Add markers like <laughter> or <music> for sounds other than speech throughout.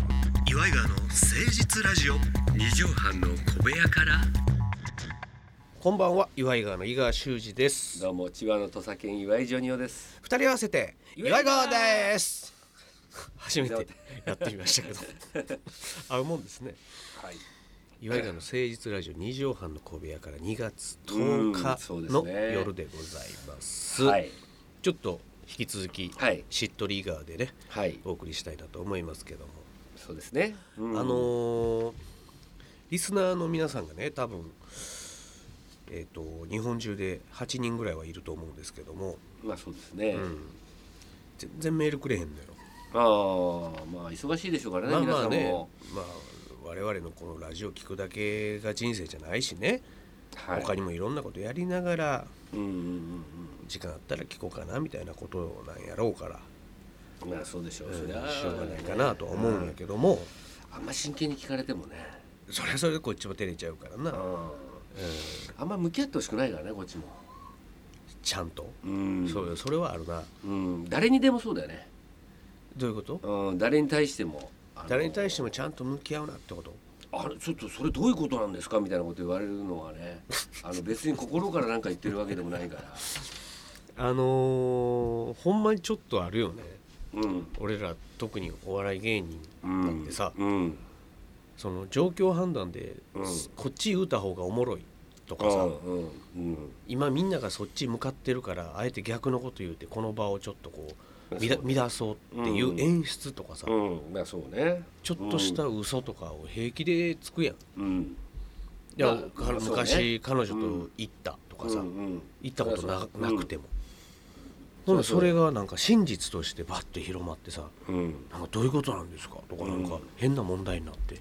イガーの誠実ラジオ二畳半の小部屋からこんばんは岩井川の井川修司ですどうも千葉の土佐県岩井ジョニオです二人合わせて岩岩井井川川です初めてやってみましたけど <laughs> 合うもんですねはい岩井川の誠実ラジオ二畳半の小部屋から2月10うんそう日ですのね夜でございますはいちょっと引き続き、はいしっとり井川でねはいお送りしたいなと思いますけどもそうですね、うんあのーリスナーの皆さんがね多分えっ、と日本中で8人ぐらいはいると思うんですけども、まあそうですね、うん全然メールくれへんのよ。ああまあ忙しいでしょうからね、まあまあ皆さんねも、まあ我々のこのラジオ聞くだけが人生じゃないしね、はい他にもいろんなことやりながらうんうん時間あったら聞こうかなみたいなことなんやろうから、うんうんまあそうでしょう、うんそしりゃょうがないかなとは思うんやけども、あんま真剣に聞かれてもね、それはそれでこっちも照れちゃうからな、ううんん、あんま向き合ってほしくないからねこっちも、ちゃんと、うんそうよそれはあるなうん、誰にでもそうだよね、どういうことうん、誰に対してもあの誰に対してもちゃんと向き合うなってことあれちょっとそれどういうことなんですかみたいなこと言われるのは <laughs> ねあの別に心からなんか言ってるわけでもないからあのーほんまにちょっとあるよねうん俺ら特にお笑い芸人うんなんてさ、うんその状況判断で、うんこっち打った方がおもろいとうかさ、んうんうん今みんながそっち向かってるからあえて逆のこと言うてこの場をちょっとこうそう乱乱そうっていううん演出とかさ、うんまあそうねちょっとした嘘とかを平気でつくやん。うんいやまあかまあそうね昔彼女と行ったとかさ、うんうん行ったことなそうそうなくても、うんほんでそれがなんか真実としてバッて広まってさうんなんかどういうことなんですかとかなんかうん変な問題になって、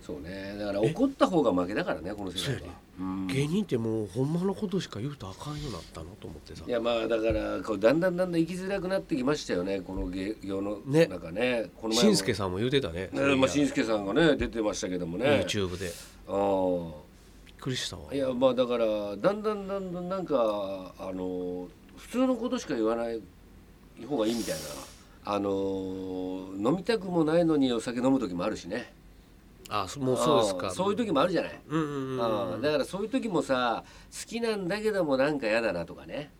そうねだから怒った方が負けだからねこの世そう界やはねうん芸人ってもうほんまのことしか言うとあかんようになったのと思ってさいやまあだからこうだんだんだんだん生きづらくなってきましたよねこの芸業のね中ねこのしんもすけさんも言うてたねそれねがまあしんすけさんがね出てましたけどもね YouTube でああびっくりしたわいやまあだからだんだんだんだんなんかあの普通のことしか言わない方がいいみたいなあの飲みたくもないのにお酒飲む時もあるしねあそもうそうですあかーそういう時もあるじゃない、うんうんうんあーだからそういう時もさ好きなんだけどもなんか嫌だなとかね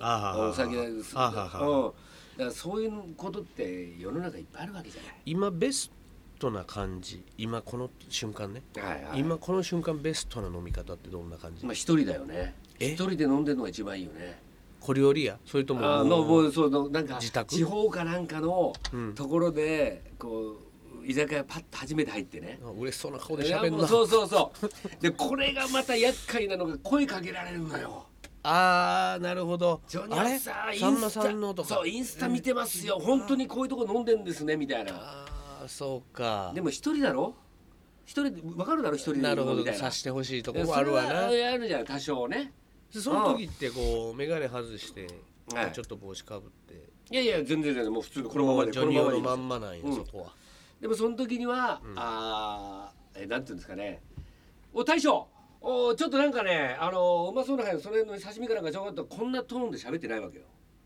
あーお酒だあーはーはーうんだからそういうことって世の中いっぱいあるわけじゃ今ベストな感じ今この瞬間ね、ない、はいはい、今この瞬間ベストな飲み方ってどんな感じ、まあ一人だよねえ一人で飲んでるのが一番いいよね小料理屋それともあのもうそうのなんか自宅地方かなんかのうんところでこう居酒屋パッと初めて入ってね。あ嬉しそうな顔でいや喋んもうなそうそうそうでこれがまた厄介なのが声かけられるのよあーなるほどジョニあれーさんイさンんスタまさんのとかそうインスタ見てますよ本当にこういうとこ飲んでんですねみたいなああそうかでも一人だろ一人でわかるだろ一人でな飲るほむみどたいな察してほしいとこもあるわなそれはあるじゃん多少ねでその時ってこう眼鏡外してはいちょっと帽子かぶっていやいや全然全然もう普通のこのまもまうでジこョのニまオまでのいいですまんまなんうよんそこはでもその時には、あーえなんていうんですかね「お大将おちょっとなんかねあのうまそうなそれの刺身かなんかちょこっとこんなトーンで喋ってないわけよ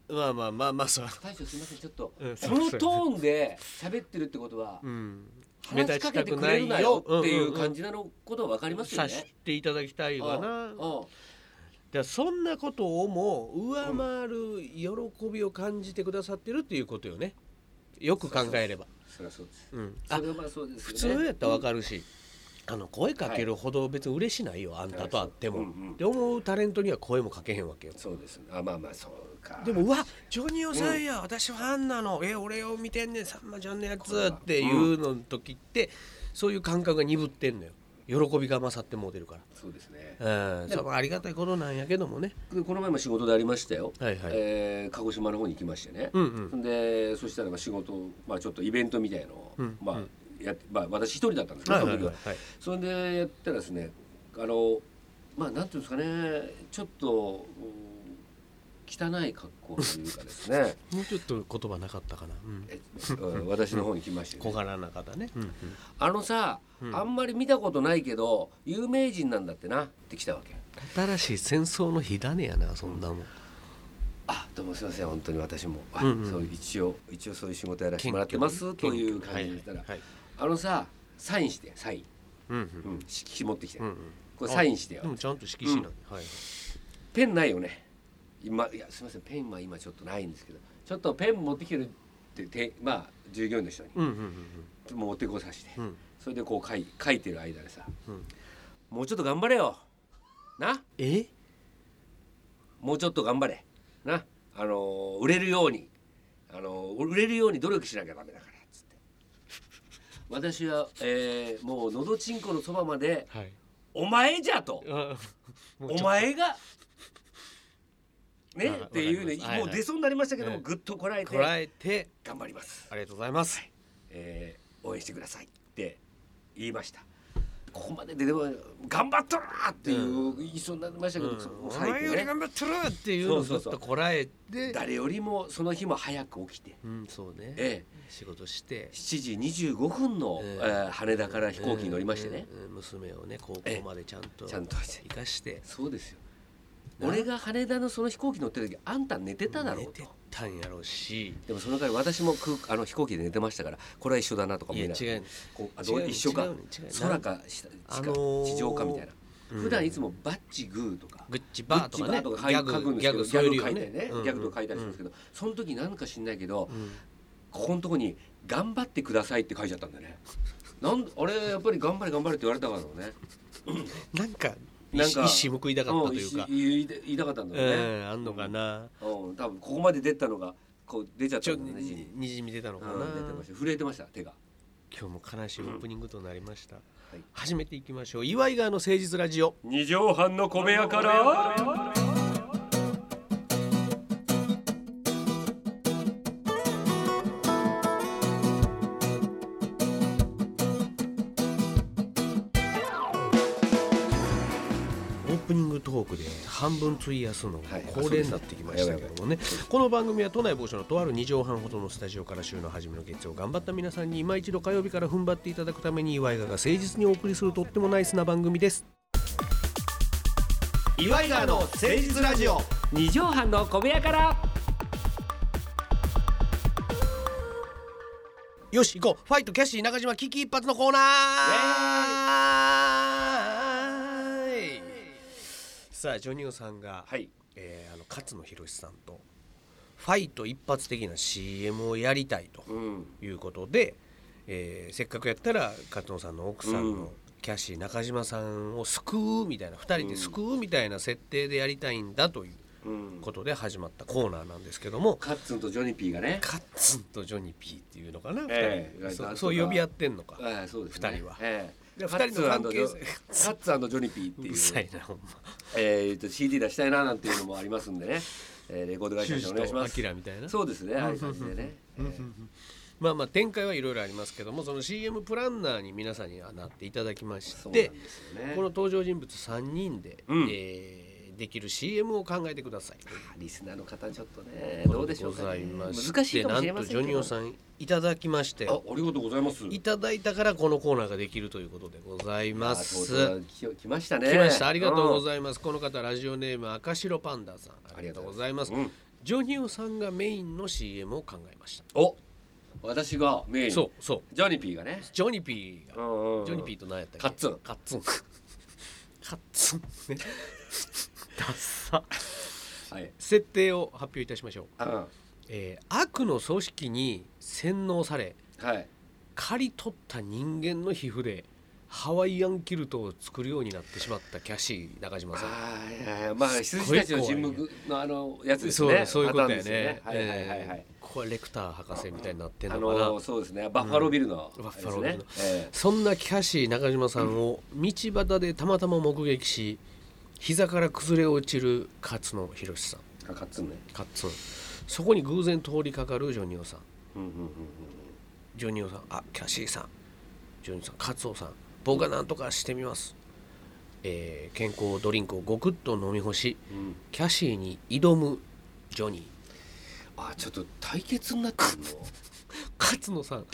まあまあまあまあそう「大将すいませんちょっと、うんそのトーンで <laughs> 喋ってるってことは、うん話しかけてくれるなよっていう感じじなのことは分かりますよ察しね。ていただきたいわうんなうんじゃそんなことをも上回る喜びを感じてくださってるっていうことよねよく考えればそりゃそうです。うんあそれはまあそうです普よ通ね。やったらわかるし、あの声かけるほど別に嬉しないよ、あんたと会っても、うんうんって思うタレントには声もかけへんわけよそうです。あまあまあそうか。でもうわジョニオさんや、私ファンなのえ俺を見てんねんさんまちゃんのやつっていうのの時って、そういう感覚が鈍ってんのよ喜びが勝ってもうてるかそうですね。らうんそれもありがたいことなんやけどもねでこの前も仕事でありましたよ、はいはいえー鹿児島の方に行きましてね、うんでそしたらまあ仕事、まあ、ちょっとイベントみたいのを、うんまあやってまあ、私一人だったんですけはど、いはいそのは時いはそれでやったらですねあのまあなんていうんですかねちょっとうん汚い格好というかで <laughs> すねもうちょっと言葉なかったかな、うん、えうん私の方に来ましてね、小柄な方ね、うんうんあのさ、あんまり見たことないけど有名人なんだってなって来たわけ新しい戦争の火種やなそんなもんあどうもすいません本当に私も、うんうんそう一応一応そういう仕事やらせてもらってますという感じでしたら、はいはいあのさサインしてサイン、うんううんん、色紙持ってきて、うんうんこれサインしてよでもちゃんと色紙なんで、はいペンないよね今いやすいませんペンは今ちょっとないんですけどちょっとペン持ってきてるっててまあ従業員の人にうんうん持ってこさして、うんうんそれでこう書い書いてる間でさ、うんもうちょっと頑張れよなえもうちょっと頑張れなあのー売れるようにあのー売れるように努力しなきゃダメだからつって私は、えーもうのどちんこのそばまで <laughs> はいお前じゃとあもうちょっおと前がねはいっていうわかりますねもう出そうになりましたけどもはいぐっとこらえてこらえて頑張ります、ありがとうございます、えー応援してくださいって言いましたここまでででも頑張ったなっていう言いそうになりましたけど、そのお最前後よりね頑張ってるっていうのをずそうっそうそうとこらえて誰よりもその日も早く起きて、うんそうね、え仕事してえ、7時25分の、えええー羽田から飛行機に乗りましてね、うん、うん娘をね高校までちゃんとちゃんとして生かしてそうですよな俺が羽田のその飛行機乗ってる時あんた寝てただろ寝うとてたんやろうしでもその代わり私も空あの飛行機で寝てましたからこれは一緒だなとかい思やいながら違うこうあ違どうう一緒か違う違う空か下地下あのー地上かみたいな、うん普段いつもバッチグーとかグッチバーとかねグッチバーとか書い書くんですけどギそうャグいう書いたりねね、ギャグとか書いたりするんですけど、その時なんか知んないけど、うんうんここのとこに「頑張ってください」って書いちゃったんだねなんあれやっぱり「頑張れ頑張れ」って言われたからだろうねなんかなんか一矢報いたかったというかん言い言いたかったんだろうね、うんあんのかなうん、多分ここまで出たのがこう出ちゃっちたょんだね字に、にじみ出たのうかな、ん、出てました震えてました手が今日も悲しいオープニングとなりました、い始めていきましょう岩井川の誠実ラジオ二畳半の小部屋からオープニングトークで半分費やすのがはい恒例になってきましたけどもねこの番組は都内某所のとある2畳半ほどのスタジオから週の初めの月曜頑張った皆さんに今一度火曜日から踏ん張っていただくために岩井川が誠実にお送りするとってもナイスな番組です岩井川の誠実ラジオ二畳半の小部屋からよし行こうファイトキャッシー中島危機一髪のコーナー、さあジョニオさんが、はいえーあの勝野博さんとファイト一発的な CM をやりたいとうんいうことで、えーせっかくやったら勝野さんの奥さんうんのキャッシー中島さんを救うみたいな2人で救うみたいな設定でやりたいんだといううんことで始まったコーナーなんですけどもカッツンとジョニピーがねカッツンとジョニー P っていうのかな、ええ二人そなんとかそう呼び合ってんのか、ええそうですね二人はええいや二人の関係性カッツンジョニピーってういうるさいなほんまえー、と CD 出したいななんていうのもありますんでね、えーレコード会社にお願いします修士とアキラみたいなそうですねああいう感じでね、えーまあまあ展開はいろいろありますけどもその CM プランナーに皆さんにはなっていただきましそうてなんですよねこの登場人物3人で、うんえーできる CM を考えてくださいというリスナーの方ちょっとねこどうとでしょうか、ね、ございまして難しいかもなしれまんとせジョんけニどオさんいただきましてあありがとうございますいただいたからこのコーナーができるということでございまあそうすそうき来ましたね来ましたありがとうごいざいますこの方ラジオネーム赤白パンダさんありがとうございますありがとうございますジョニオさんがメインの CM を考えましたます、お私がメインそうそうジョニピーがねジョニピーがジョニピーーと何やったっけカッツンカッツンカッツンねダッサはい、設定を発表いたしましょう、うえー悪の組織に洗脳されん、はい刈り取った人間の皮膚でハワイアンキルトを作るようになってしまったキャシー中島さんああいやいやまあ羊たちの沈黙のあのやつですねそうそういうことだよねパターンですよねはいはいはいはいえーこれレクター博士みたいになってんあのかな、のそうですねバッファロービルの、うんあれですバッファロービルのえそんなキャシー中島さんを道端でたまたま目撃し膝から崩れ落ちる勝野博さんえカッツンねカッツンそこに偶然通りかかるジョニオさんうんうんうんうんジョニオさんあキャシーさんジョニオさんカツオさん僕が何とかしてみます、えー健康ドリンクをごくっと飲み干しうんキャシーに挑むジョニーあちょっと対決になってるの勝野さん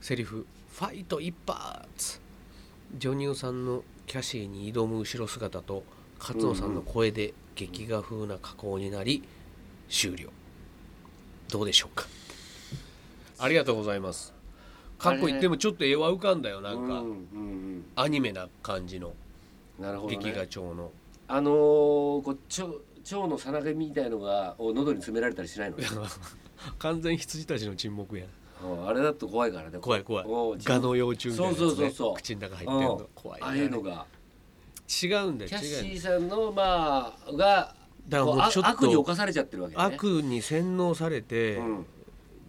セリフ「ファイト一発」ジョニオさんのキャシーに挑む後ろ姿と勝野さんの声で劇画風な加工になり終了どうでしょうかありがとうございますかっこいい、あれねでもちょっと絵は浮かんだよなんか、うんうんアニメな感じのうん、なるほど、劇ね画、調 <laughs> の、あのー、こう腸腸のさなげみたいのがを喉に詰められたりしないの、ね、完全羊たちの沈黙やんうんあれだと怖いからね怖い怖いおうガの幼虫みたいなやつ、ね、そうそうそうそう口の中入ってるうのん怖いああいうのが違うんだよキャッシ違うーさんのまあがだからこもううあちょっと悪に侵されちゃってるわけね悪に洗脳されて、うん、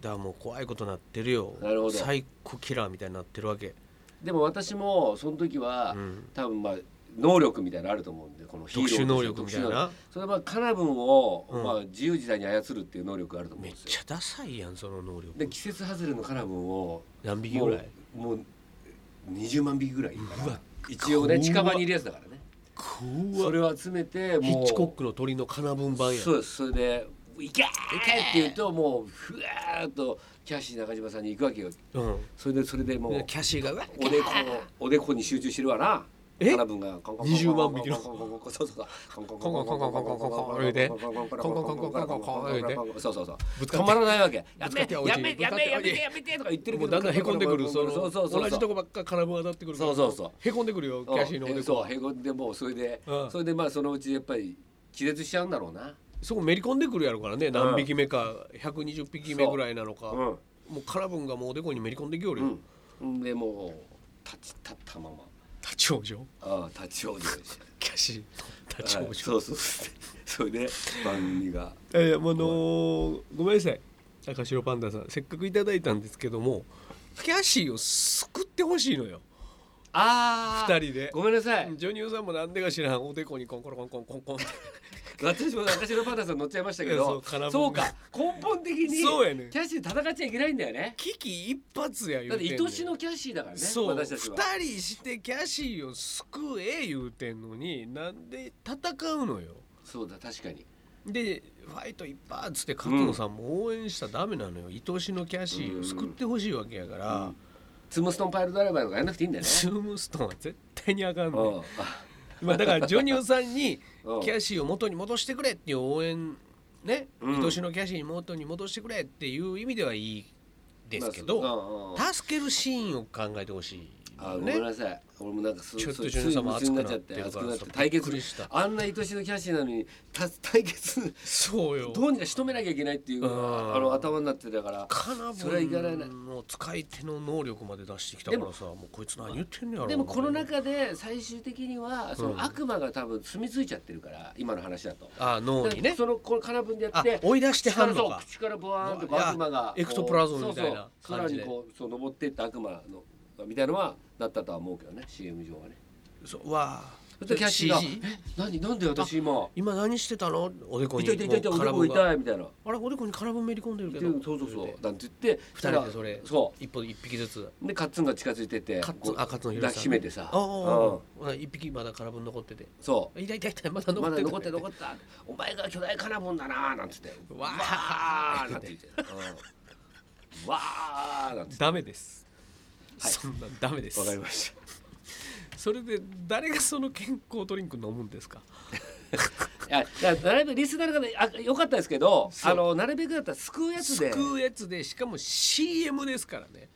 だからもう怖いことなってるよなるほどサイコキラーみたいになってるわけ、でも私もその時は、うん多分まあ能力みたいなのあると思うんでこのヒーロ特ー殊能力みたい特殊能な力それはまあカナブンを、うんまあ、自由自在に操るっていう能力があると思うめっんですちよゃダサいやんその能力で季節外れのカナブンを何匹ぐらいもうもう20万匹ぐらいいるからうわ一応ね近場にいるやつだからねそ怖れを集めてもうヒッチコックの鳥の金分版やんそうですそれで「行け!」って言うともうふわーっとキャッシー中島さんに行くわけようんそれでそれでもうでキャシーがうわおでこおでこに集中してるわな。えカナブンが20万匹のそうそうそうコンコンコンコンコンコンコンコンコンコン言うてコンコンコンコンコンコンコンコンコンコン言うてそうそうそうぶつか止ってまらないわけやぶつかめってや落ちめぶつやかってめや落めちやめてとか言ってるもけうどだんだんへこんでくるそそうそうそうのそう同じとこばっか金分当たってくるからそうそうそうへこんでくるよキャシーのおうでんそこうへこんでもうそれでうんそれでまあそのうちやっぱり気絶しちゃうんだろうなそこめり込んでくるやろからね何匹目か120匹目ぐらいなのかうんもうカラブンがもうおでこにめり込んできよるうよ、んうんでもう立ち立ったまま立ち往生ああ立ち往生してキャシーの立ちはい往そうそうそうそれで番 <laughs> 組が生、ええもうあのーごめんなさい赤白パンダさんせっかくいただいたんですけどもキャシーを救ってほしいのよあ二人でごめんなさいジョニオさんもなんでか知らんおでこにコンコロコンコンコンコンって私も私のパンダさん乗っちゃいましたいけやそうど空振りそうか根本的にそうやねんキャッシーと戦っちゃいけないんだよね危機一髪や言だうってんねん愛しのキャッシーだからねそう私2たちは人してキャシーを救え言うてんのになんで戦うのよそうだ確かにでファイト一発って勝野さんも応援したらダメなのよ、愛しのキャシーを救ってほしいわけやから、うんツムストンパイルドライバーとかやんなくていいんだよねスームストーンは絶対にあかんねうんんまあだからジョニオさんに <laughs> うんキャシーを元に戻してくれっていう応援ね、うん愛しのキャシーに元に戻してくれっていう意味ではいいですけど、まあうんうん助けるシーンを考えてほしいあよごめんねなさい俺もなんかすちょっとそうジュニさんもつい夢中熱くなってる熱からくなってちょっと対びっく決りしたあんな愛しのキャッシーなのにた <laughs> 対決そうよどうにか仕留めなきゃいけないっていうのうんがあの頭になってたからカナそれはいかないブンの使い手の能力まで出してきたからさもうこいつ何言ってんねやろでもこの中中で最終的にはそうんの悪魔が多分住み着いちゃってるから今の話だと。あ脳にねそのこのカナブンでやってあ追い出してはんの口からそう口からボワーンとうわいや悪魔がエクトプラズムみたいなこうそうそう感じで空にこうそう登っていった悪魔のみたいのはなったとは思うけどね CM 上はね。そうわあそしてキャッシーが「 CG え何なんで私今今何してたのおでこ痛いに痛い痛い痛いもうおで空こ分が痛い」みたいな。あれおでこに空分めり込んでるけでどそうそうそうなんて言って二人でそれそ一歩一匹ずつうでカッツンが近づいててカッツンこうあカッツンの広さ抱んきしめてさああうんああ一匹まだ空分残っててそう痛い痛い痛いまだ残まってだる残ってる残ったお前が巨大カナボンだなーなんつってわわーーなんて言ってうんわーなんつってダメですはいそんなんダメですわかりましそれで誰がその健康ドリンク飲むんですかたいやだからなるべくリスナーの方あよかったですけどそうあのなるべくだったら救うやつで救うやつでしかも CM ですからね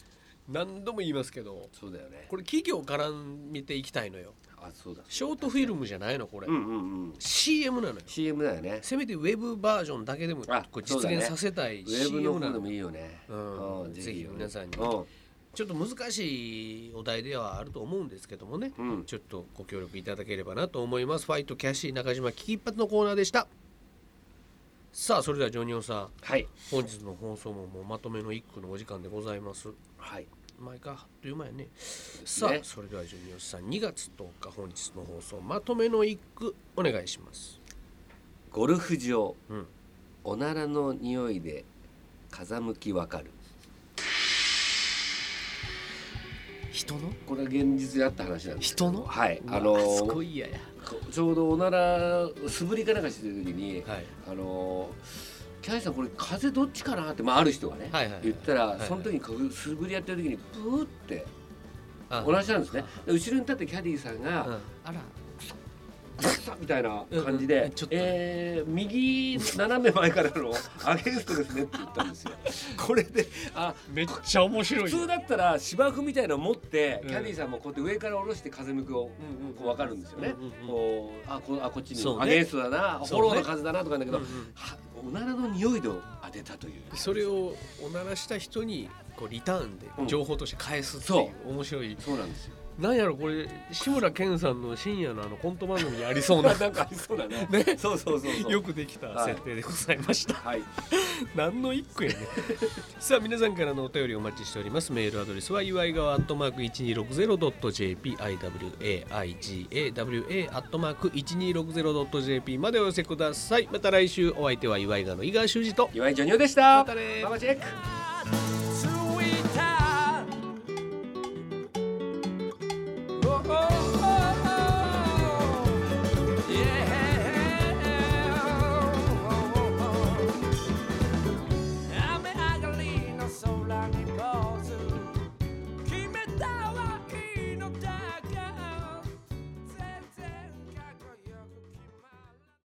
何度も言いますけどそうだよねこれ企業から見ていきたいのよあそうだショートフィルムじゃないのこれ、うんうんうん CM なのよ CM だよねせめてウェブバージョンだけでもあこれそうだ実ね現させたいウェブ CM のな方でのもいいよねうんぜひ皆さんにうんちょっと難しいお題ではあると思うんですけどもね、うんちょっとご協力いただければなと思いますファイトキャシー中島危機一髪のコーナーでしたさあそれではジョニオさんはい本日の放送ももうまとめの一句のお時間でございますはい前かあっという間やねさあ、ねそれではジュニオさん2月10日本日の放送まとめの一句お願いしますゴルフ場うんおならの匂いで風向きわかる人のこれは現実であった話なんですけど人のはいああののーすごい嫌やこちょうどおなら素振りかなんかしてる時に、はいあのーキャイさんこれ風どっちかなって、まあ、ある人がね、はいはいはい言ったら、いはいその時にこう素振りやってる時にプーってあ同じなんですねで後ろに立ってキャディーさんうんがあらガッサッみたいな感じうんうでんちょっ「とえー、右斜め前から <laughs> のアゲンストですね」って言ったんですよ。これであめっちゃ面白普いよ通だったら芝生みたいのを持って、うんキャディーさんもこうやって上から下ろして風向きをうんうんこう分かるんですよね。うんうんうんこうあこあこっちに、そうねアゲンストだな、フそォうねローの風だなとかなんだけど、はおならの匂いで当てたという。それをおならした人にこうリターンでうん情報として返すっていう、面白いそうなんですよ。なんやろこれ志村けんさんの深夜のあのコント番組にありそうな <laughs> なんかあり <laughs> そうだね。ねそうそうそうそう。よくできた設定でございました、はい。何の一句やね <laughs> さあ皆さんからのお便りお待ちしておりますメールアドレスは祝いがアットマーク 1260.jp iwaigawa アットマーク 1260.jp までお寄せくださいまた来週お相手は祝いがの井川修司と岩井ジョニオでした。またねママチェック。Oh,